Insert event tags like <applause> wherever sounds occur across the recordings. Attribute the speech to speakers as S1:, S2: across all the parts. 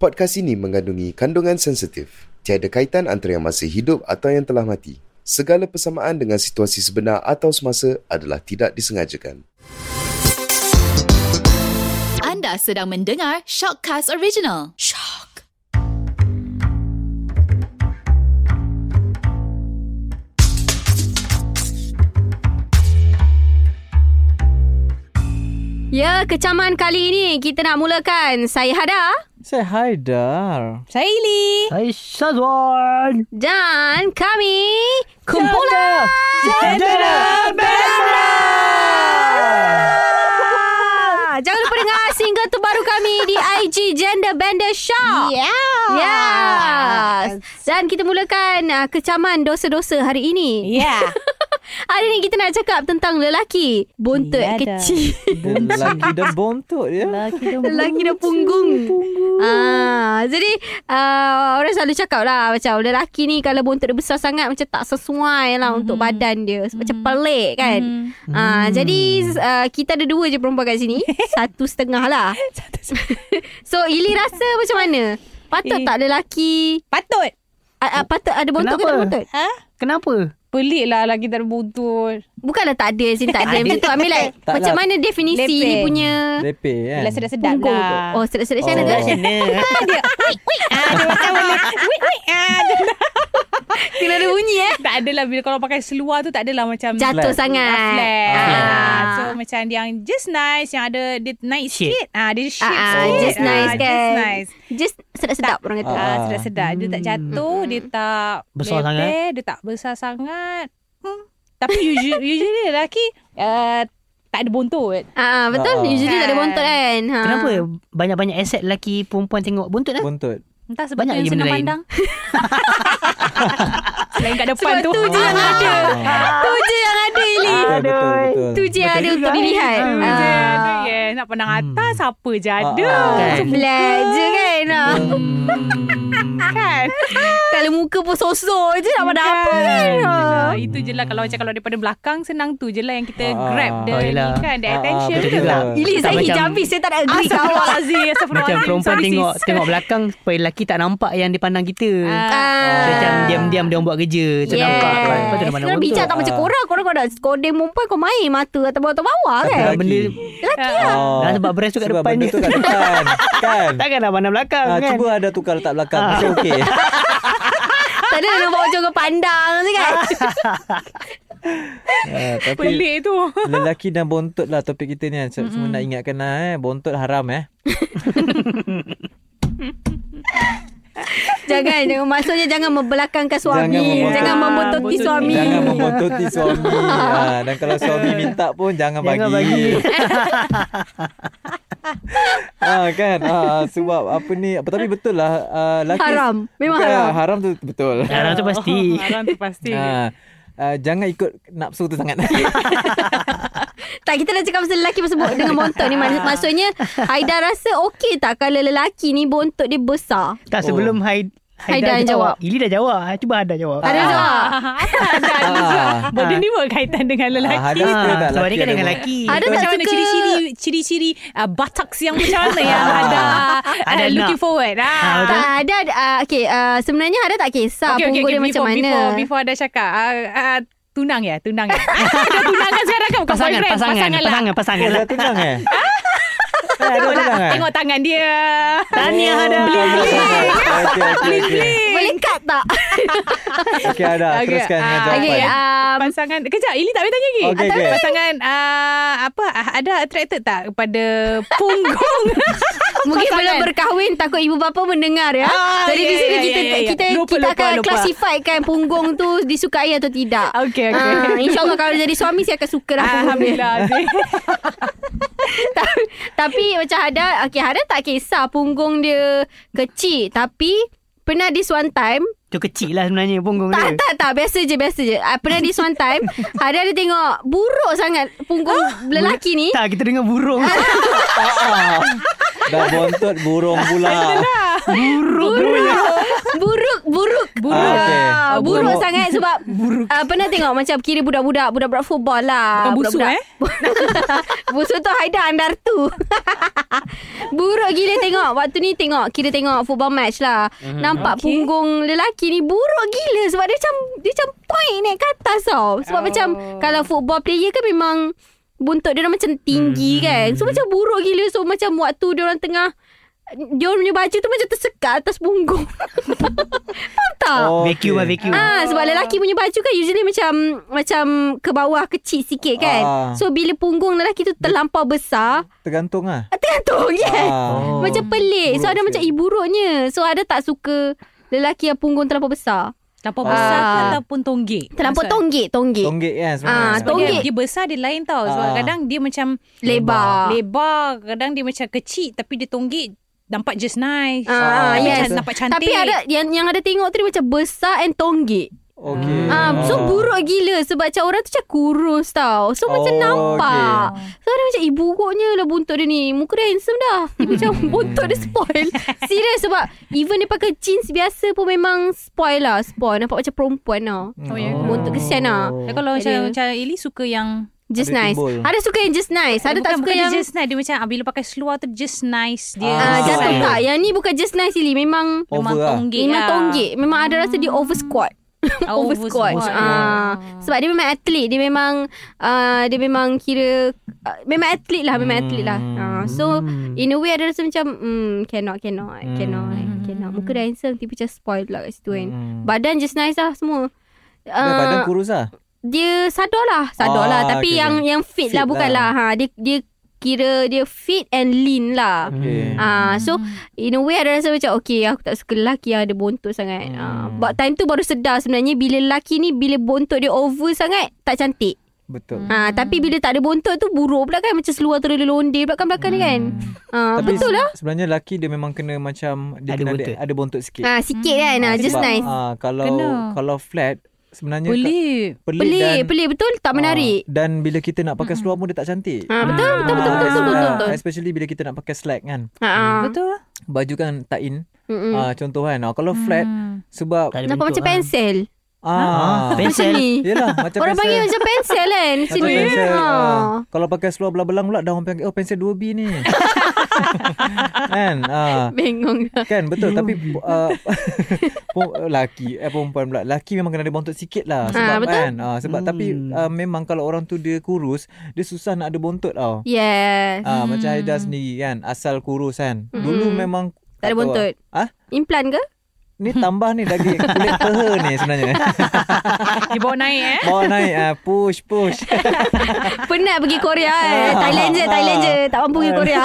S1: Podcast ini mengandungi kandungan sensitif. Tiada kaitan antara yang masih hidup atau yang telah mati. Segala persamaan dengan situasi sebenar atau semasa adalah tidak disengajakan.
S2: Anda sedang mendengar Shockcast Original. Shock.
S3: Ya, kecaman kali ini kita nak mulakan. Saya Hada
S4: Saya Haidar.
S5: Saya Ili.
S6: Saya Syazwan.
S3: dan kami kumpulan
S4: Jendera Bendera!
S3: Jangan lupa dengar single terbaru kami di IG Gender Bender Shop.
S5: Yeah.
S3: Yes. Dan kita mulakan uh, kecaman dosa-dosa hari ini. <laughs>
S5: Yeah.
S3: Hari ini kita nak cakap tentang lelaki buntut
S5: Ya, dah.
S3: kecil.
S4: Lelaki dan bontot ya.
S5: Lelaki dia
S3: Lelaki dah punggung. Ah, jadi uh, orang selalu cakap lah macam lelaki ni kalau bontot dia besar sangat macam tak sesuai lah mm-hmm. untuk badan dia. Mm-hmm. Macam pelik kan. Mm-hmm. Ah, jadi uh, kita ada dua je perempuan kat <laughs> sini. Satu setengah <laughs> lah. So Ili rasa macam mana? Patut
S5: Ili-
S3: tak lelaki
S5: Patut.
S3: uh, uh, patut ada bontot ke tak
S6: Kenapa?
S3: ada bontot?
S5: Ha?
S6: Kenapa?
S5: Pelik lah lelaki tak ada buntut.
S3: Bukanlah tak ada sini tak <laughs> ada macam tu. I mean like
S4: Tak
S3: macam
S4: lah.
S3: mana definisi
S5: Lepek.
S3: Ili punya
S4: Lepe kan.
S5: Yelah sedap-sedap
S3: punggung tu?
S5: lah.
S3: Oh, sedap-sedap macam mana
S4: Oh.
S3: tu?
S5: Ah, dia macam boleh. Wih, wih. Ah, dia
S3: <laughs> Kena ada bunyi eh.
S5: tak adalah bila kalau pakai seluar tu tak adalah macam
S3: Jatuh
S4: Flat.
S3: sangat.
S5: Ah, flat.
S4: Ah.
S5: Ah. So macam yang just nice yang ada dia naik
S6: Shape.
S5: sikit. Ah dia shape
S3: Ah, ah,
S5: sikit.
S3: just nice
S5: ah,
S3: kan. Hmm.
S5: Just nice.
S3: Just sedap-sedap orang kata.
S4: Ah.
S5: Ah, sedap-sedap. Dia tak jatuh, dia tak
S6: Besar
S5: lebar,
S6: sangat.
S5: dia tak besar sangat. Hmm. Tapi usually, usually lelaki uh, tak ada buntut.
S3: Ah, ah, betul.
S4: Ah, ah.
S3: Usually tak ada
S5: Kan.
S3: bontot kan. Ha.
S6: Kenapa banyak-banyak aset lelaki perempuan tengok buntut lah?
S4: Bontot.
S5: Entah sebab
S6: Banyak
S5: tu yang
S6: lagi benda
S5: senang
S6: lain.
S5: pandang. <laughs> Selain kat depan
S3: Sebab
S5: tu.
S3: tu je yang
S5: ah.
S3: ada. Tu je yang ada Ili.
S4: Ah, Betul, betul, betul.
S3: Tu je yang ada untuk dilihat. Ah.
S5: Tu je yang ada, yeah. Ya, Nak pandang atas apa je ada.
S4: Hmm. Ah, ah.
S6: Kan?
S3: Flat je kan. Ah.
S5: Kan?
S3: Kalau muka pun sosok je nak pada apa kan. Ah.
S5: Ah, itu je lah kalau macam kalau daripada belakang senang tu je lah yang kita
S4: Ah,
S5: grab the
S6: ah,
S5: ni
S6: yelah.
S5: kan the
S4: Ah, ah,
S5: attention
S4: betul
S5: tu.
S4: juga.
S3: Ili
S6: Tak
S3: saya
S6: macam-
S3: hijabi. Saya tak nak agree kat awak. Ah.
S4: <laughs>
S5: Astagfirullahalazim.
S6: Macam perempuan tengok tengok belakang supaya lelaki tak nampak yang dia pandang kita.
S3: Ah.
S6: Dia Macam diam-diam dia orang buat kerja. Tak
S3: Yes.
S6: nampak. kan. Lepas tu dia pandang
S3: Kena
S6: buntut.
S3: bijak tak macam
S4: Ah.
S3: korang. Korang kalau nak kodeng perempuan kau main mata atas bawah-bawah kan.
S6: Kalau benda
S3: Lelaki lah.
S4: Oh.
S6: Dah sebab beras tu kat
S4: Sebab
S6: depan
S4: benda
S6: je.
S4: tu kat depan.
S6: <laughs>
S4: kan?
S6: Takkan nak pandang belakang
S4: Ah,
S6: kan?
S4: cuba ada tukar letak belakang. Masih okey.
S3: Tak ada nampak macam kau pandang je kan.
S4: Ah, tapi
S5: Pelik
S4: <laughs>
S5: tu.
S4: lelaki dan bontot lah topik kita ni. Sebab semua nak ingatkan lah eh. Bontot haram eh.
S3: Jangan jangan maksudnya jangan membelakangkan suami,
S4: Jangan
S3: jangan,
S4: membelakang-
S3: membontoti
S5: Bontoti.
S3: suami.
S4: Jangan membontoti suami. ah, dan kalau suami minta pun jangan,
S6: Jangan bagi.
S4: <laughs> ah, kan ah, sebab apa ni apa tapi betul lah ah, laki
S3: Haram. Memang
S4: Bukan,
S3: haram.
S4: haram tu betul
S6: Dalam tu pasti.
S5: Orang tu pasti.
S4: ah, ah, jangan ikut nafsu tu sangat Ah,
S3: Tak kita dah cakap pasal lelaki pasal bo- dengan bontot ni Mak- maksudnya Haida rasa okey tak kalau lelaki ni bontot dia besar.
S6: Tak
S4: Oh.
S6: sebelum Haid
S3: Haidar
S6: Haidar
S3: jawab.
S6: jawab. Ili dah jawab. Cuba Haidar jawab.
S3: Ada
S4: Ah.
S3: tak?
S5: <laughs>
S4: ah,
S5: Benda ni berkaitan dengan lelaki.
S4: ada
S6: Ah,
S4: ke tak
S6: sebab ni kan
S4: ada
S6: dengan
S4: buat?
S6: lelaki.
S3: Ada tak
S5: macam mana
S3: suka?
S5: ciri-ciri ciri-ciri uh, buttocks yang macam mana
S6: <laughs>
S5: yang
S4: Ah.
S5: ada
S6: Ada
S5: ada
S6: nak.
S5: looking forward
S6: Ah,
S5: ah.
S3: Tak ada uh, okey uh, sebenarnya Haida tak kisah okay, punggung okay, dia macam
S5: before,
S3: mana.
S5: Before, before ada cakap uh, uh, tunang ya, tunang
S6: <laughs>
S5: ya. ada tunangan sekarang kan bukan
S6: Pasangan,
S5: boyfriend,
S6: pasangan,
S5: lah.
S6: pasangan, pasangan
S4: Oh,
S6: lah.
S4: dah tunang eh Eh, ada
S5: Tengok,
S4: tunang
S5: lah,
S4: eh?
S5: <laughs>
S4: Oh,
S5: tengok tangan dia.
S6: Tahniah ada.
S4: Okey, okey, okey.
S3: Eh, Boleh cut tak?
S4: Okey, ada.
S5: Okey,
S4: Teruskan dengan
S5: ah,
S4: jawapan.
S3: okey, um,
S5: Pasangan Kejap Ili tak boleh tanya lagi
S4: Okey, okey.
S5: Pasangan uh, Apa ah, Ada attracted tak Kepada
S3: <laughs>
S5: Punggung
S3: mungkin
S5: pasangan.
S3: belum berkahwin takut ibu bapa mendengar ya.
S5: kan? Ah,
S3: Jadi di
S5: ya,
S3: sini
S5: ya,
S3: kita
S5: ya, ya.
S3: kita
S5: Lupa,
S3: kita
S5: lupa,
S3: akan
S5: lupa.
S3: klasifikkan punggung tu disukai atau tidak.
S5: Okey, okey. Ah,
S3: Ah, InsyaAllah kalau jadi suami saya akan suka lah punggung dia.
S5: Alhamdulillah Zee.
S3: Ta- tapi macam Hada Okay Hada tak kisah Punggung dia kecil Tapi Pernah this one time
S6: Tu kecil lah sebenarnya punggung
S3: Tak
S6: dia.
S3: tak tak Biasa je biasa je Ah, Pernah this one <laughs> time Hada ada tengok Buruk sangat Punggung lelaki ni
S6: Tak, kita dengar burung.
S4: Ah, ah. Dah bontot burung pula.
S6: burung.
S3: Buruk buruk <laughs> buruk buruk
S4: Ah, okey.
S3: ah, buruk
S4: Buruk.
S3: sangat sebab <laughs> buruk. Uh, pernah tengok macam kira budak-budak budak-budak football lah
S5: Bukan busuk,
S3: budak-budak,
S5: eh?
S3: <laughs> busuk tu Haida andar tu <laughs> buruk gila tengok waktu ni tengok kira tengok football match lah nampak
S5: Okey.
S3: punggung lelaki ni buruk gila sebab dia macam dia macam point naik ke atas tau sebab
S5: Oh.
S3: macam kalau football player kan memang buntut dia orang macam tinggi
S6: Hmm.
S3: kan so macam buruk gila so macam waktu dia orang tengah dia orang punya baju tu macam tersekat atas punggung <laughs> faham tak
S4: Oh,
S6: Vacuum lah
S4: okey.
S6: vacuum
S3: Ah, sebab lelaki punya baju kan usually macam macam ke bawah kecil sikit kan.
S4: Ah.
S3: So bila punggung lelaki tu terlampau besar,
S4: Tergantung lah.
S3: tergantung kan.
S4: Ah.
S3: <laughs> Macam pelik. So
S4: Buruk
S3: ada
S4: sikit.
S3: macam iburuknya. So ada tak suka lelaki yang punggung terlampau besar.
S5: Terlampau
S4: Ah.
S5: besar ke ataupun tonggek?
S3: Terlampau
S5: Maksud-
S3: tonggek, tonggek.
S4: Tonggek kan
S3: Ah,
S4: sebenarnya.
S5: Sebab dia,
S3: Tonggek.
S5: dia besar dia lain tau Sebab
S4: Ah.
S5: kadang dia macam
S3: Lebar.
S5: Lebar Kadang dia macam kecil Tapi dia tonggek Nampak just nice
S3: Ah,
S5: Nampak
S3: yes.
S5: can- Nampak cantik
S3: Tapi ada yang yang ada tengok tu dia macam besar and tonggek.
S4: Okey.
S3: Ah, so
S4: Oh.
S3: buruk gila sebab macam orang tu macam kurus tau. So macam
S4: Oh,
S3: nampak. So dia macam ibu buruknya lah buntut dia ni. Muka dia handsome dah.
S4: <laughs>
S3: Tapi macam buntut dia spoil. Serius sebab even dia pakai jeans biasa pun memang spoil lah. Spoil. Nampak macam perempuan tau.
S4: Hmm.
S5: Oh, ya.
S3: Buntut kesian lah.
S4: Oh.
S5: Dan Kalau macam,
S3: Ada.
S5: macam Eli suka yang
S3: Just
S4: Ada
S3: nice.
S4: timbul.
S3: Ada suka yang just nice. Ada
S5: bukan,
S3: tak suka
S5: bukan
S3: yang...
S5: dia just nice Dia macam ah, Bila pakai seluar tu Just nice Dia
S4: Ah,
S3: Ah, jatuh
S4: Sesuai.
S3: tak? Yang ni bukan just nice Ili. Memang...
S5: Memang
S4: Over lah.
S5: tonggek
S3: memang
S5: lah.
S3: tonggek.
S5: <laughs>
S3: Memang ada rasa dia over squat.
S5: Ah,
S3: over squat.
S5: squat.
S3: Ah, sebab dia memang atlet. Dia memang uh, dia memang kira uh, memang atlet lah, memang atlet lah.
S4: Hmm.
S3: Uh, so in a way ada rasa macam mm, cannot cannot
S4: Hmm.
S3: cannot cannot. Muka dah handsome tapi macam spoil pula kat situ kan.
S4: Hmm.
S3: Badan just nice lah semua.
S4: Dia badan
S3: Uh,
S4: kurus lah.
S3: dia sadar lah, sadar
S4: Ah,
S3: lah. Tapi
S4: okay,
S3: yang yang fit,
S4: Fit
S3: lah bukanlah. Ha, dia dia kira dia fit and lean lah.
S4: Okey.
S3: Ah, so
S4: Hmm.
S3: in a way ada rasa macam okay aku tak suka lelaki yang ada bontot sangat. Ah,
S4: Hmm.
S3: but time tu baru sedar sebenarnya bila lelaki ni bila bontot dia over sangat tak cantik.
S4: Betul.
S3: Ah, tapi bila tak ada bontot tu buruk pula kan macam seluar tu dia londe pula kan belakang ni kan. Ah,
S4: Hmm. Tapi
S3: betul lah.
S4: Sebenarnya lelaki dia memang kena macam dia
S6: Ada
S4: kena
S6: bontot.
S4: ada, ada bontot sikit.
S3: Ah, sikit kan. Ah, just
S4: Sebab,
S3: nice.
S4: ah, kalau
S5: Kena.
S4: kalau flat sebenarnya ka-
S5: Boleh
S4: pelik, dan
S3: Pelik, pelik betul tak menarik.
S4: Ah, dan bila kita nak pakai seluar pun dia tak cantik.
S3: Ah, betul, betul, betul, betul, betul, betul, betul.
S4: Especially bila kita nak pakai slack kan.
S3: Ha. ah.
S5: Betul
S4: Baju kan tak in.
S3: Mm-mm.
S4: Ah, contoh kan. Ah, kalau flat
S5: Hmm.
S4: sebab
S6: Tak ada
S3: Nampak macam
S6: bentuk lah.
S3: pensel.
S4: ah,
S3: Macam
S6: Pensel
S3: ni.
S4: Yelah
S3: <laughs>
S4: macam
S3: Ha? Orang
S4: pensel.
S3: panggil macam pensel kan. Macam
S4: Macam
S3: ni.
S4: pensel.
S3: Ha.
S4: ah. Kalau pakai seluar belang-belang pula dah orang panggil oh pensel 2B
S3: <laughs>
S4: ni. kan? Ah.
S3: Bengong.
S4: Kan
S3: <laughs>
S4: betul tapi <laughs> uh, laki eh perempuan pula laki memang kena ada bontot sikit lah sebab
S3: Ha, betul.
S4: kan ah, sebab
S6: Hmm.
S4: tapi uh, memang kalau orang tu dia kurus dia susah nak ada bontot tau.
S3: Yes.
S4: Ah macam Haida sendiri kan asal kurus kan. Dulu
S3: Mm.
S4: memang
S3: Tak ada
S4: tahu lah.
S3: bontot.
S4: Ah?
S3: Implan ke?
S4: Ni tambah ni daging kulit peha ni
S3: <laughs>
S4: sebenarnya.
S5: Dia bawa naik eh
S4: Bawa naik ah, push push.
S3: Penat pergi Korea eh. Thailand je, Thailand je. Tak mampu pergi Korea.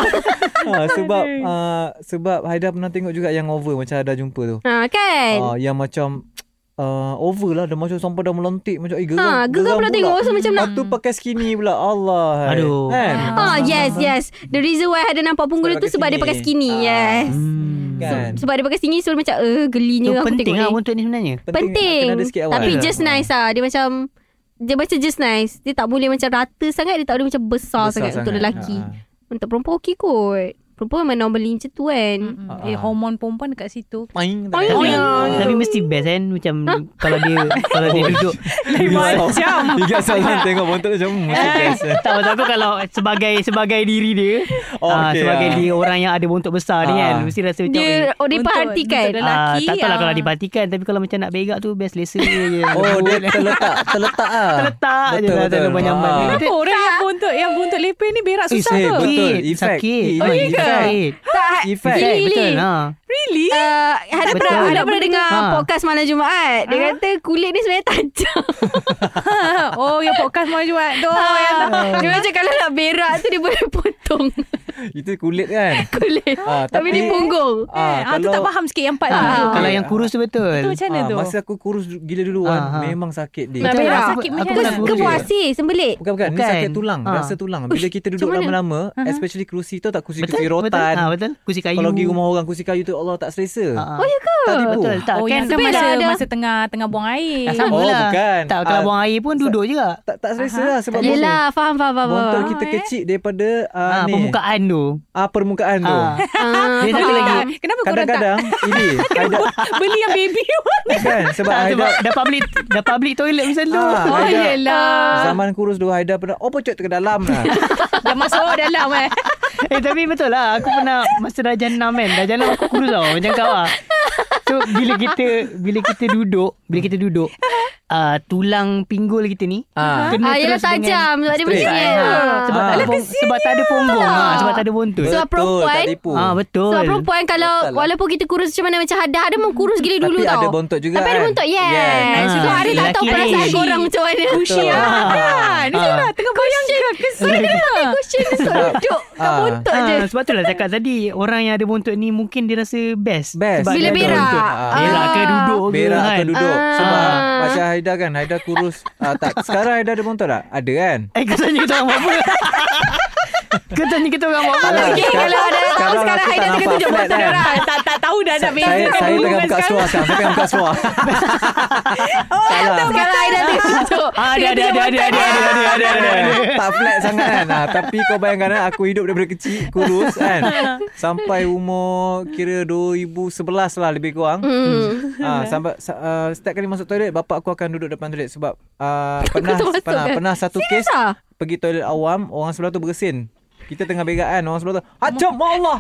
S4: Ah, sebab ah, sebab Haida pernah tengok juga yang over macam ada jumpa tu.
S3: ha, kan?
S4: Ah, yang macam uh, over lah dah macam sampai dah melentik macam eh geram.
S3: Ha, geram pula tengok. So macam nak
S4: Lepas tu pakai skinny pula Allah
S6: Aduh.
S4: kan?
S3: Ah yes yes The reason why Ada nampak punggung dia tu Sebab dia pakai skinny
S4: Ah,
S3: Yes
S4: Kan
S3: Sebab dia pakai skinny So dia macam eh,
S6: Tu
S3: Gelinya aku
S6: penting
S3: tengok
S6: lah
S3: ni
S6: untuk ni sebenarnya
S3: Penting
S4: Kena ada sikit awal
S3: Tapi just nice lah Dia macam Dia macam just nice Dia tak boleh macam rata sangat Dia tak boleh macam besar, sangat, Untuk lelaki
S4: Ah,
S3: Untuk perempuan okey kot Perempuan memang normally macam tu kan
S6: Ah.
S5: Eh hormon perempuan dekat situ
S4: Main
S3: Oing.
S6: tapi,
S3: Oing.
S6: tapi mesti best kan Macam Kalau dia Kalau dia duduk
S4: macam <laughs> Tiga salam tengok bontot macam
S3: Eh.
S4: hmm, macam best.
S6: Ah, Tak maksud aku kalau Sebagai Sebagai diri dia
S4: Oh,
S6: ah,
S4: okey,
S6: Sebagai
S4: ah.
S6: dia orang yang ada Bontot besar ni
S4: Ah.
S6: kan Mesti rasa macam eh,
S3: Dia oh, Dia
S5: Untuk-
S3: perhatikan
S5: untuk
S6: ah,
S5: lelaki
S6: Tak tahu lah
S5: ah.
S6: kalau diperhatikan Tapi kalau macam nak begak tu Best laser dia je
S4: Oh dia terletak Terletak lah
S6: Terletak je lah Tak nampak
S4: Ah.
S6: nyaman
S5: Kenapa orang yang buntut Yang buntut leper ni berak susah
S4: eh,
S5: ke?
S4: betul.
S6: Sakit,
S4: Effect.
S6: sakit.
S4: Eh,
S6: Oh,
S4: no,
S6: ya ke?
S4: effect.
S3: Tak
S4: Effect.
S3: Really?
S6: Betul lah
S5: Really?
S3: Uh, Hana
S6: Betul.
S3: pernah, Hana pernah dengar
S6: Ha.
S3: podcast malam Jumaat. Dia kata kulit ni sebenarnya tajam.
S5: <laughs> oh yang podcast mau buat tu
S4: Ha.
S5: yang tak-
S3: dia macam kalau nak berak tu dia boleh potong
S4: Itu kulit kan
S3: kulit.
S4: Ah,
S3: Tapi dia punggung.
S4: Ha,
S5: Eh, ah, tu tak faham sikit yang part tu. Ah,
S6: Ah, Kalau yang kurus tu betul
S5: tu macam mana
S4: Ah,
S5: tu?
S4: Ha, Masa aku kurus gila dulu kan
S6: Ah, ah.
S4: Memang sakit dia
S3: Nak
S6: Betul,
S3: berak.
S6: aku-
S5: Sakit
S6: aku
S5: macam
S3: Ke,
S6: pernah
S5: mana?
S3: ke
S6: kurus.
S5: puas?
S3: puasir, sembelit.
S4: Bukan bukan, ni
S6: Bukan.
S4: sakit tulang,
S6: Ah.
S4: rasa tulang. Bila kita duduk
S3: macam mana?
S5: Ah,
S4: lama-lama, especially kerusi tu tak
S6: Betul,
S4: kerusi-kerusi
S6: betul. Ah,
S4: rotan.
S6: betul. Kursi kayu.
S4: Kalau pergi rumah orang kursi kayu tu, Ya Allah tak selesa.
S6: Oh, ya ke?
S4: Tak tipu.
S6: Betul tak
S5: Oh,
S6: kan?
S5: yang tu
S3: Sebel
S5: masa,
S3: lah dia.
S5: masa tengah tengah buang air.
S6: Tak sama
S4: Oh,
S6: lah.
S4: bukan.
S6: Tak, kalau
S4: Ah,
S6: buang air pun duduk juga.
S4: Tak tak selesa
S5: Aha.
S4: lah sebab apa?
S3: Yelah faham faham faham
S4: Bontot
S3: faham.
S4: kita
S5: eh.
S4: kecil daripada uh,
S6: Ah,
S4: ni.
S6: permukaan tu.
S4: Ah, permukaan tu.
S6: Ah.
S5: Eh,
S3: Ah,
S6: Dia satu
S3: faham.
S6: lagi.
S5: Kenapa korang tak
S4: Kadang-kadang
S5: <laughs>
S4: ini Aida <laughs>
S5: beli yang baby pun?
S4: kan
S6: <laughs>
S4: sebab
S6: Tak,
S4: Aida
S6: sebab dah public, dah public toilet macam tu. <laughs>
S4: Ah,
S5: Oh,
S4: Aida-
S5: yelah.
S4: Zaman kurus dulu Haida pernah Oh pocot ke dalam
S5: <laughs>
S4: lah
S5: Dah masuk dalam <laughs> eh.
S6: Eh tapi betul lah Aku pernah Masa dah jenam kan Dah jenam aku kurus tau Macam kau lah So bila kita Bila kita duduk Bila kita duduk uh, Tulang pinggul kita ni
S4: Ah.
S6: Kena
S3: Ah, yelah
S6: terus
S3: tajam sebab dia
S4: straight.
S3: menyia.
S6: dengan Sebab,
S4: Ah.
S6: tak ada pong, sebab tak ada punggung ha, Sebab tak ada buntut
S3: Sebab
S4: Betul
S3: perempuan-
S4: tak tipu
S6: Ah betul.
S3: Sebab perempuan kalau
S4: Betul lah.
S3: walaupun kita kurus macam mana macam hadah dia memang kurus gila dulu
S4: Tapi
S3: tau.
S4: ada bontot juga
S3: Tapi ada
S4: kan?
S3: bontot, yes.
S4: Yes.
S3: So,
S6: Ah.
S3: ada tak tahu
S6: Lelaki
S3: perasaan
S6: ni.
S3: korang macam mana.
S5: <laughs> Pushy
S4: Betul. Ha.
S5: ah. Kan. Itulah tengah bayang ke
S3: Mana
S5: kesan.
S4: Hmm.
S3: ada question so duduk kat
S4: Ah.
S3: bontot je.
S6: Ha, sebab itulah cakap tadi Orang yang ada buntut ni Mungkin dia rasa best
S4: Best.
S6: sebab
S3: Bila
S6: dia ada
S3: berak.
S6: buntut.
S4: Ah.
S6: Berak ke duduk ke
S4: Berak
S6: kan?
S4: atau duduk
S3: Ah.
S4: Sebab
S6: Ah.
S4: Macam Haida kan Haida kurus ah, tak. Sekarang Haida ada bontot tak? Ada kan?
S6: Eh kau tanya kita orang
S3: <laughs>
S6: buat apa Kau tanya kita orang buat apa
S4: Alah,
S5: Okay,
S4: sekarang-
S5: kalau ada tahu
S4: sekarang
S5: sekarang
S4: aku
S5: Haida
S4: tak
S5: tengah
S4: nampak
S5: tunjuk
S4: flat
S5: mata
S4: kan?
S5: darah. Tak tak tahu dah nak
S4: Saya,
S5: bezakan
S4: saya tengah
S5: hubungan
S4: buka
S5: sekarang.
S4: seluar sekarang Saya tengah buka seluar
S5: <laughs> Oh,
S4: Salah.
S5: sekarang Haida tengah <laughs> tunjuk.
S6: Ah, Ada ada ada ada ada ada ada ada ada ada.
S4: Tak flat sangat kan ah, Tapi kau bayangkan kan Aku hidup daripada kecil Kurus kan Sampai umur Kira 2011 lah Lebih kurang
S3: Hmm.
S4: Ah, sampai sa- uh, setiap kali masuk toilet bapa aku akan duduk depan toilet sebab uh, pernah
S3: termasuk
S4: pernah
S3: kan?
S4: pernah satu kes
S3: Serius ah?
S4: pergi toilet awam orang sebelah tu bersin. Kita tengah berak kan orang sebelah tu hajam
S3: <laughs>
S4: Allah.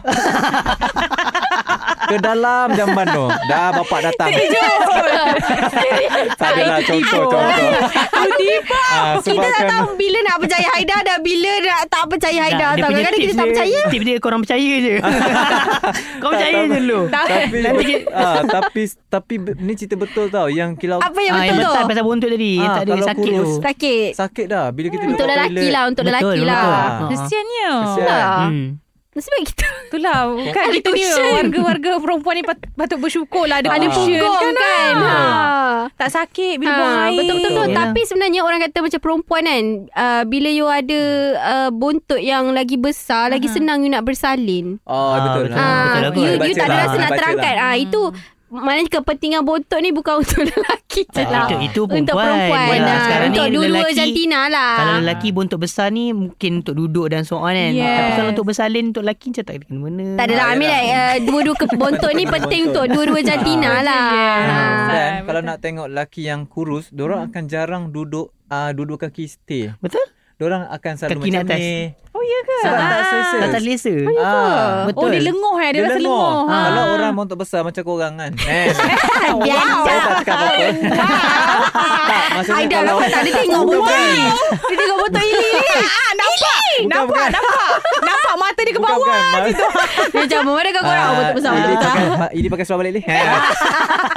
S4: Ke dalam jamban tu. Dah bapak datang. <laughs> Tak adalah contoh-contoh.
S3: Tiba.
S4: Ah,
S3: Kita
S4: sebab
S3: tak
S4: kan
S3: tahu bila nak percaya Haida dan bila nak tak percaya Haida
S6: Dia
S3: tau.
S6: punya
S3: Kadang-kadang kita
S6: tips
S3: tak
S6: dia-
S3: percaya.
S6: Tip dia korang percaya
S3: <laughs>
S6: je Kau percaya
S4: tahu.
S6: je lu
S4: <laughs> tapi
S6: Nanti kita-
S4: ah, tapi tapi be- ni cerita betul tau yang kilau
S3: Apa yang
S6: Ah,
S3: betul
S6: Yang
S3: tu?
S6: tak pasal buntut tadi Yang
S4: Ah,
S6: tak ada
S4: kalau
S6: sakit tu
S4: kurus.
S3: Sakit.
S4: sakit dah bila kita
S3: Untuk
S4: duduk kat
S3: lelaki
S4: toilet.
S3: lah, untuk
S6: Betul,
S3: lelaki
S6: betul.
S3: lah.
S6: Ah.
S5: Kesiannya.
S4: Kesian.
S3: Lah.
S6: Hmm.
S3: Sebab kita
S5: Itulah bukan
S3: Ada
S5: kita ni
S3: cushion.
S5: warga-warga perempuan ni pat- patut bersyukur lah ada
S4: Ada
S5: cushion <laughs>
S3: gong kan.
S5: ah.
S3: Ha.
S5: Tak sakit bila
S3: Ha,
S5: buang air.
S3: Betul betul betul.
S6: Yelah.
S3: Tapi sebenarnya orang kata macam perempuan kan uh, bila you ada uh, buntut yang lagi besar lagi senang you nak bersalin.
S4: Oh
S6: Ah,
S4: betul.
S6: betul.
S4: Ah,
S3: Ah,
S6: betul aku
S3: you,
S6: ada
S3: you
S6: baca
S3: tak ada
S6: lah.
S3: rasa nak
S4: Baca lah.
S3: terangkat. Ah itu maknanya kepentingan buntut ni bukan <laughs> untuk lelaki je
S6: Ah,
S3: lah.
S6: Itu, itu perempuan,
S3: Untuk perempuan
S6: Yelah,
S3: lah.
S6: sekarang
S3: Untuk
S6: ni
S3: dua-dua
S6: lelaki-
S3: macam Tina lah.
S6: Kalau lelaki buntut besar ni Mungkin untuk duduk dan so on kan
S5: Yes.
S6: Tapi kalau untuk bersalin Untuk lelaki macam tak ada kena-mena
S3: Tak adalah
S4: Ah,
S3: Amir
S4: yelah.
S3: like, uh, Dua-dua
S6: <laughs>
S3: ke bontot ni penting untuk Dua-dua
S6: Ah,
S3: jantina lah
S5: Yeah.
S4: Dan
S5: Betul.
S4: kalau nak tengok lelaki yang kurus, diorang
S3: Hmm.
S4: akan jarang duduk uh, dua-dua kaki stay.
S6: Betul?
S4: Diorang akan selalu
S6: Kaki
S4: macam
S6: nak atas.
S4: ni.
S5: Oh ya ke?
S4: Sebab tak selesa.
S6: Tak tak selesa
S3: Oh, ya.
S4: Ah,
S6: Betul
S5: Oh dia lengoh eh Dia, rasa lengoh,
S4: Ha.
S5: Ah.
S4: Kalau orang bontot besar macam korang kan. Eh.
S3: Biasa.
S4: Saya tak cakap apa-apa. <laughs> tak, maksudnya
S3: Aida
S4: kalau
S3: lah tak Dia tengok
S4: Bukan,
S3: bontot
S4: bukan.
S3: ni Dia tengok bontot ini
S5: Ah, nampak,
S4: Bukan,
S5: nampak,
S4: bukan.
S5: nampak, nampak mata dia ke
S4: Bukan,
S5: bawah.
S4: bukan. Mas-
S3: Dia
S4: <laughs>
S3: macam Mana kau korang
S4: Ah,
S3: Bontot besar
S4: Ili
S3: Bontot besar
S4: pakai, ma- Ili pakai seluar balik
S6: <laughs>
S4: ni. Eh.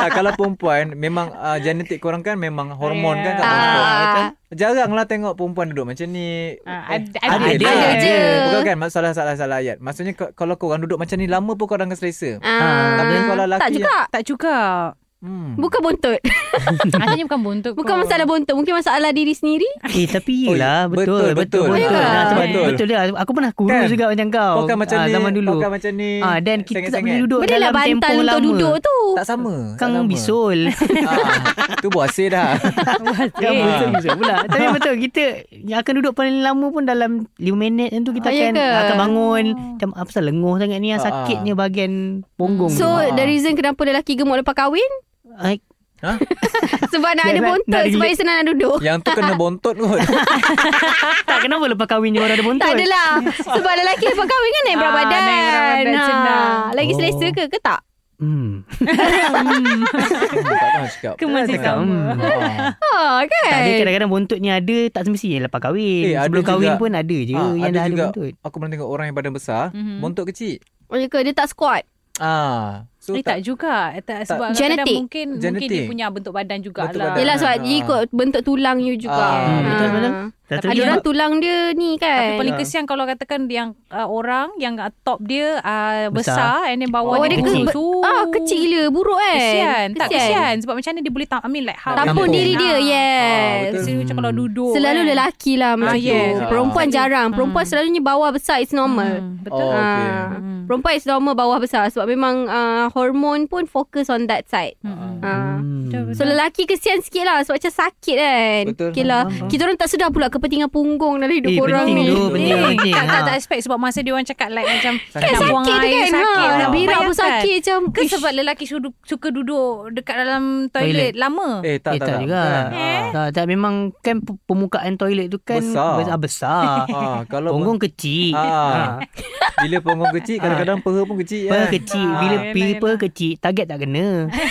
S4: Ah, kalau perempuan memang ah, genetik korang kan memang hormon kan kat
S3: Ah.
S4: perempuan. Jarang lah tengok perempuan duduk macam ni.
S5: Ah, ada-
S4: Eh,
S5: ada-
S6: ada
S4: lah.
S3: je.
S4: Bukan kan mak- salah salah salah ayat. Maksudnya ka- kalau korang duduk macam ni lama pun korang akan selesa.
S3: Ah,
S4: Tapi kalau lelaki
S3: Tak juga
S5: Tak juga.
S4: Hmm.
S3: Bukan bontot
S5: Maksudnya bukan bontot
S3: Bukan masalah bontot Mungkin masalah diri sendiri
S6: Eh tapi yelah
S4: Oh,
S6: betul
S4: betul,
S6: betul betul.
S4: betul.
S6: betul.
S3: Yelah.
S6: Nah, sebab
S4: Betul.
S6: betul. betul lah. Aku pernah kurus
S4: Kan?
S6: kan. juga macam kau.
S4: Kau kan macam
S6: Ah,
S4: ni.
S6: zaman dulu.
S4: Kau kan macam ni.
S6: Ah dan kita tak boleh
S4: Sengit-sengit.
S6: duduk
S3: Boleh lah
S6: dalam tempoh
S3: bantal
S6: lama.
S3: untuk duduk tu
S4: Tak sama.
S6: Kang
S4: tak sama.
S6: bisul.
S4: <laughs> Ah, tu buah hasil
S6: <laughs>
S4: dah.
S3: Kan
S6: Kang
S4: Eh.
S6: bisul bisul pula. Tapi betul kita yang akan duduk paling lama pun dalam 5 minit macam tu
S3: Ah,
S6: kita
S3: ya
S6: akan
S3: ke? Oh.
S6: akan bangun. Macam apa pasal lenguh sangat ni yang
S4: Ah, ah.
S6: sakitnya bahagian punggung.
S3: So
S6: tu.
S4: Ah.
S3: the reason kenapa lelaki gemuk lepas kahwin
S6: Ah,
S4: Ha?
S3: Sebab nak
S6: Nak-
S3: ada
S6: nak-
S3: bontot
S6: nak relate.
S3: Supaya senang nak
S4: <laughs>
S3: duduk
S4: Yang tu kena bontot
S6: <laughs>
S4: kot. Eh,
S6: tak kenapa lepas kahwin je orang ada bontot.
S3: tak lah. adalah Sebab lelaki lepas kahwin kan naik berat
S5: Ah,
S3: badan
S5: naik berat badan,
S3: Ah,
S5: senang.
S3: Lagi
S6: Oh.
S3: selesa ke ke tak?
S6: Hmm.
S4: tak tahu nak cakap.
S5: Ke masih
S6: Tak,
S5: sama.
S6: hmm.
S4: Ah.
S3: Ha kan?
S6: Tak ada kadang-kadang bontotnya ada tak semestinya lepas kahwin.
S4: Eh, ada
S6: Sebelum kahwin
S4: juga.
S6: pun ada je
S4: Ah,
S6: yang
S4: ada
S6: dah ada
S4: juga.
S6: bontot.
S4: Aku pernah tengok orang yang badan besar,
S5: Mhm.
S4: bontot kecil.
S3: Oh, ya ke? Dia tak squat.
S4: Ah. So
S5: Eh, tak juga Eh, tak, Sebab
S3: Genetik.
S5: kadang mungkin Mungkin dia
S4: Genetik.
S5: punya bentuk badan lah.
S4: Bentuk
S5: jugalah
S4: badan.
S3: Yelah sebab
S4: Ah.
S3: dia ikut bentuk tulang you juga.
S4: Ah,
S6: Hmm, betul, betul.
S5: Tapi
S3: Ada
S5: dia-
S3: orang tulang dia ni
S5: Tapi
S3: kan.
S5: paling
S6: Ah.
S5: kesian kalau katakan yang uh, orang yang uh, top dia uh, besar,
S6: Besar.
S5: and then
S3: Oh,
S5: bawah
S3: dia
S5: dia
S3: ke-
S5: kecil.
S3: be- ah, Anak kecil gila Buruk kan
S5: Kesian. Tak kesian. Sebab macam mana dia boleh tak, I mean like how.
S3: Tampung
S6: Kampung.
S3: diri dia
S4: Ah,
S3: Yes
S4: betul.
S5: Dia macam kalau duduk.
S3: Selalu
S5: kan.
S3: lelaki lah macam
S5: Ah,
S3: tu.
S5: yes.
S3: Perempuan
S5: Ah.
S3: jarang. Perempuan selalunya bawah besar it's normal.
S5: Hmm, Betul.
S4: Oh, okay.
S3: Ah, Perempuan it's normal bawah besar sebab memang ah, hormon pun fokus on that side.
S5: Hmm.
S3: Ah.
S5: Betul, betul.
S3: So lelaki kesian sikit lah sebab macam sakit kan.
S4: Betul.
S3: Okay lah. Kita orang tak sedar pula kepentingan punggung dalam hidup
S6: Eh,
S3: korang
S6: penting
S3: ni.
S6: tu, penting, penting.
S5: Tak, tak,
S6: ha.
S5: tak expect sebab masa dia orang cakap like macam
S4: Sakit.
S5: nak buang
S3: Sakit tu
S5: air,
S3: kan. ha,
S5: sakit. nak
S3: nak berak pun
S5: bayangkan.
S3: sakit macam.
S5: Ke
S3: ish.
S5: sebab lelaki sudu, suka duduk dekat dalam toilet,
S6: Toilet.
S5: lama?
S4: Eh tak
S6: Eh,
S4: tak,
S6: tak
S4: tak
S6: juga. <laughs> Ha,
S4: bukan.
S5: Eh?
S6: Tak, tak memang kan pe- permukaan toilet tu kan
S4: Besar.
S6: besar,
S4: <laughs>
S6: besar.
S4: Ah, ah, kalau
S6: Punggung kecil.
S4: Ah.
S6: Ha.
S4: <laughs> bila punggung kecil kadang-kadang peha pun kecil
S6: Per
S4: kan.
S6: kecil
S5: Ah,
S6: Bila
S5: yelah,
S6: pilih per
S5: yelah.
S6: kecil Target tak kena
S4: Eh,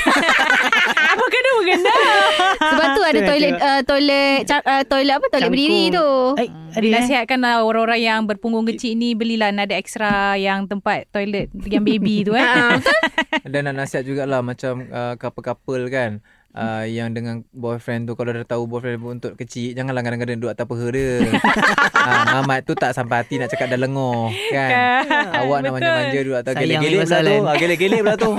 S5: Apa kena mengena?
S3: Sebab tu ada
S6: Betul,
S3: toilet
S6: betul.
S3: ah, toilet ca- ah, toilet apa toilet
S6: Cangkul.
S3: berdiri tu.
S6: Eh ada
S5: <laughs>
S6: eh
S5: Nasihatkanlah orang-orang yang berpunggung kecil ni belilah nada ekstra yang tempat toilet yang baby
S4: <laughs>
S5: tu
S4: Ah,
S5: eh. <laughs>
S4: Dan nak nasihat jugalah macam uh, couple-couple kan.
S6: Hmm.
S4: Uh, yang dengan boyfriend tu Kalau dah tahu boyfriend buntut kecil Janganlah kadang-kadang duduk atas paha
S6: <laughs>
S4: dia uh, Mamat tu tak sampai hati Nak cakap dah lengoh Kan Awak nak manja-manja duduk atas
S6: Sayang
S4: Gelek-gelek pula tu
S6: persoalan.
S4: Ah, Gelek-gelek pula tu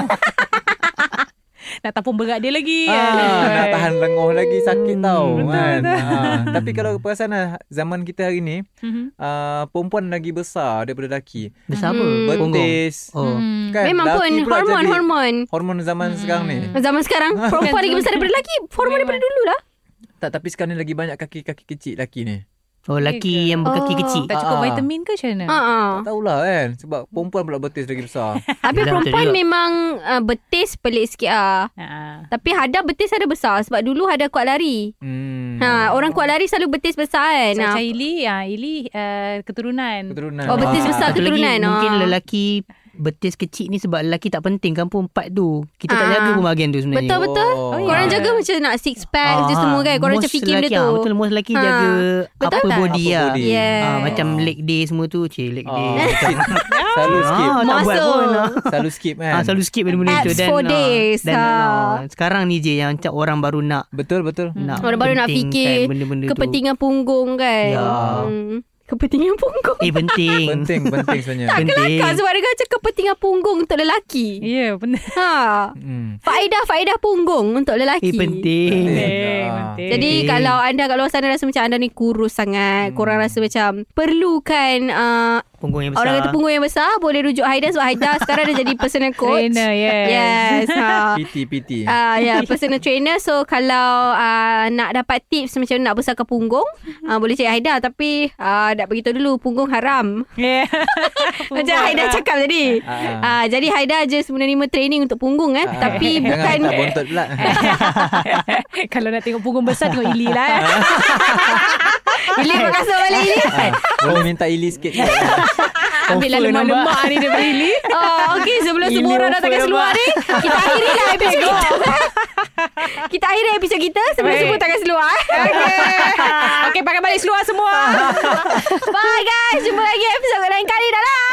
S5: Nak tampung berat dia lagi.
S6: <laughs>
S5: kan?
S4: ah, Nak tahan lengoh lagi Sakit
S6: Hmm,
S4: tau
S5: Betul,
S4: kan?
S5: betul.
S4: Ah, Tapi kalau perasan lah Zaman kita hari ni
S5: Mhm.
S4: uh, Perempuan lagi besar Daripada lelaki
S6: Besar apa
S3: Hmm.
S6: Punggung
S4: Betis
S6: Oh
S5: Hmm.
S6: Hmm.
S4: kan,
S3: Memang pun
S4: lelaki pula
S3: hormon
S4: jadi-
S3: hormon.
S4: Hormon zaman sekarang ni
S3: Zaman sekarang perempuan lagi besar daripada lelaki. Hormon daripada dulu lah.
S4: Tak tapi sekarang ni lagi banyak kaki-kaki kecil lelaki ni
S6: Oh lelaki yang berkaki
S3: Oh.
S6: kecil
S5: Tak cukup
S4: Ah.
S5: vitamin ke macam mana?
S3: Ha ah.
S4: Tak tahulah kan Sebab perempuan pula betis lagi
S6: <laughs>
S4: besar
S3: Tapi
S6: Yelah, betul
S3: perempuan
S6: juga.
S3: memang uh, betis pelik sikit ah.
S5: Ah.
S3: Tapi Hada betis ada besar sebab dulu Hada kuat lari.
S4: hmm.
S3: Ha, orang kuat lari selalu betis besar kan.
S5: So,
S3: Ha.
S5: macam Ili, ah, Ili ah, keturunan.
S4: Keturunan
S3: Oh, betis
S4: Ah.
S3: besar
S6: Satu lagi,
S3: keturunan,
S6: Mungkin
S3: ah.
S6: lelaki Betis kecil ni sebab lelaki tak penting kan pun part tu Kita tak
S3: Ah.
S6: jaga pun bahagian tu sebenarnya
S3: Betul betul.
S4: Oh.
S3: Korang jaga macam nak six pack je
S6: ya. Ah,
S3: semua kan. Korang macam
S6: most
S3: fikir benda
S6: lelaki,
S3: tu.
S6: ah, Betul most lelaki
S3: Ah.
S6: jaga
S3: Betul
S6: Upper
S3: tak?
S6: body
S4: Upper
S6: lah
S4: body.
S3: Yeah.
S6: Ah,
S3: Ah.
S6: Macam leg day semua tu Cik leg day
S4: <laughs>
S3: Eh.
S4: Ah, skip. Selalu skip
S6: Ah, tak buat
S3: Muscle.
S6: pun ah.
S4: Selalu skip kan
S6: Ah, selalu skip benda-benda tu
S3: Abs for
S6: ah,
S3: days,
S6: dan,
S3: ah.
S6: ah, Sekarang ni je yang macam orang baru nak
S4: Betul betul
S6: nak
S3: Hmm. Orang baru nak
S6: pentingkan
S3: fikir
S6: benda-benda tu.
S3: Kepentingan punggung kan.
S6: Ya.
S3: Hmm. Kepentingan punggung.
S6: Eh penting
S4: Penting penting sebenarnya
S6: <laughs>
S3: Tak
S6: penting.
S3: kelakar sebab dia kata kepentingan punggung untuk
S5: Ya,
S6: Eh.
S3: lelaki.
S5: yeah, benar.
S3: Ha.
S4: hmm.
S3: Faedah-faedah punggung untuk lelaki.
S6: Eh penting
S5: Penting,
S4: Ah.
S5: penting.
S3: Jadi
S6: Eh.
S3: kalau anda kat luar sana rasa macam anda ni kurus sangat, korang rasa macam perlukan uh,
S6: Punggung yang besar
S3: orang kata punggung yang besar, boleh rujuk Haida sebab Haida sekarang dah jadi personal coach.
S5: Trainer, ya. yes.
S3: Yes.
S6: <laughs>
S3: ha.
S4: PT PT
S3: Ah uh, ya yeah, personal trainer so kalau uh, nak dapat tips macam mana nak besarkan punggung uh, boleh cari Haida tapi uh, nak beritahu dulu punggung haram.
S5: Yeah.
S3: <laughs> Macam Haida cakap tadi. Ah
S4: Ah.
S3: jadi Haida je menerima training untuk punggung eh
S4: Ah,
S3: tapi
S4: jangan
S3: bukan
S4: tak bontot pula
S5: <laughs> Kalau nak tengok punggung besar Tengok Ili
S3: <laughs>
S5: lah eh.
S3: <laughs> Bila kau kasut balik ni.
S4: Ah, Boleh minta ili
S3: <laughs>
S4: sikit ke?
S3: Ambil lah lemak-lemak
S5: <laughs>
S3: ni daripada Ili. <laughs> Oh, okey. Sebelum
S6: Ili
S3: semua orang
S6: offer
S3: datang kat seluar ni, kita akhirilah episod kita. <laughs> kita akhiri episod kita sebelum
S5: Baik.
S3: semua datang kat seluar. <laughs>
S5: <laughs> Okay pakai balik seluar semua
S3: Bye guys. Jumpa lagi episod lain kali dalam.
S4: Ah.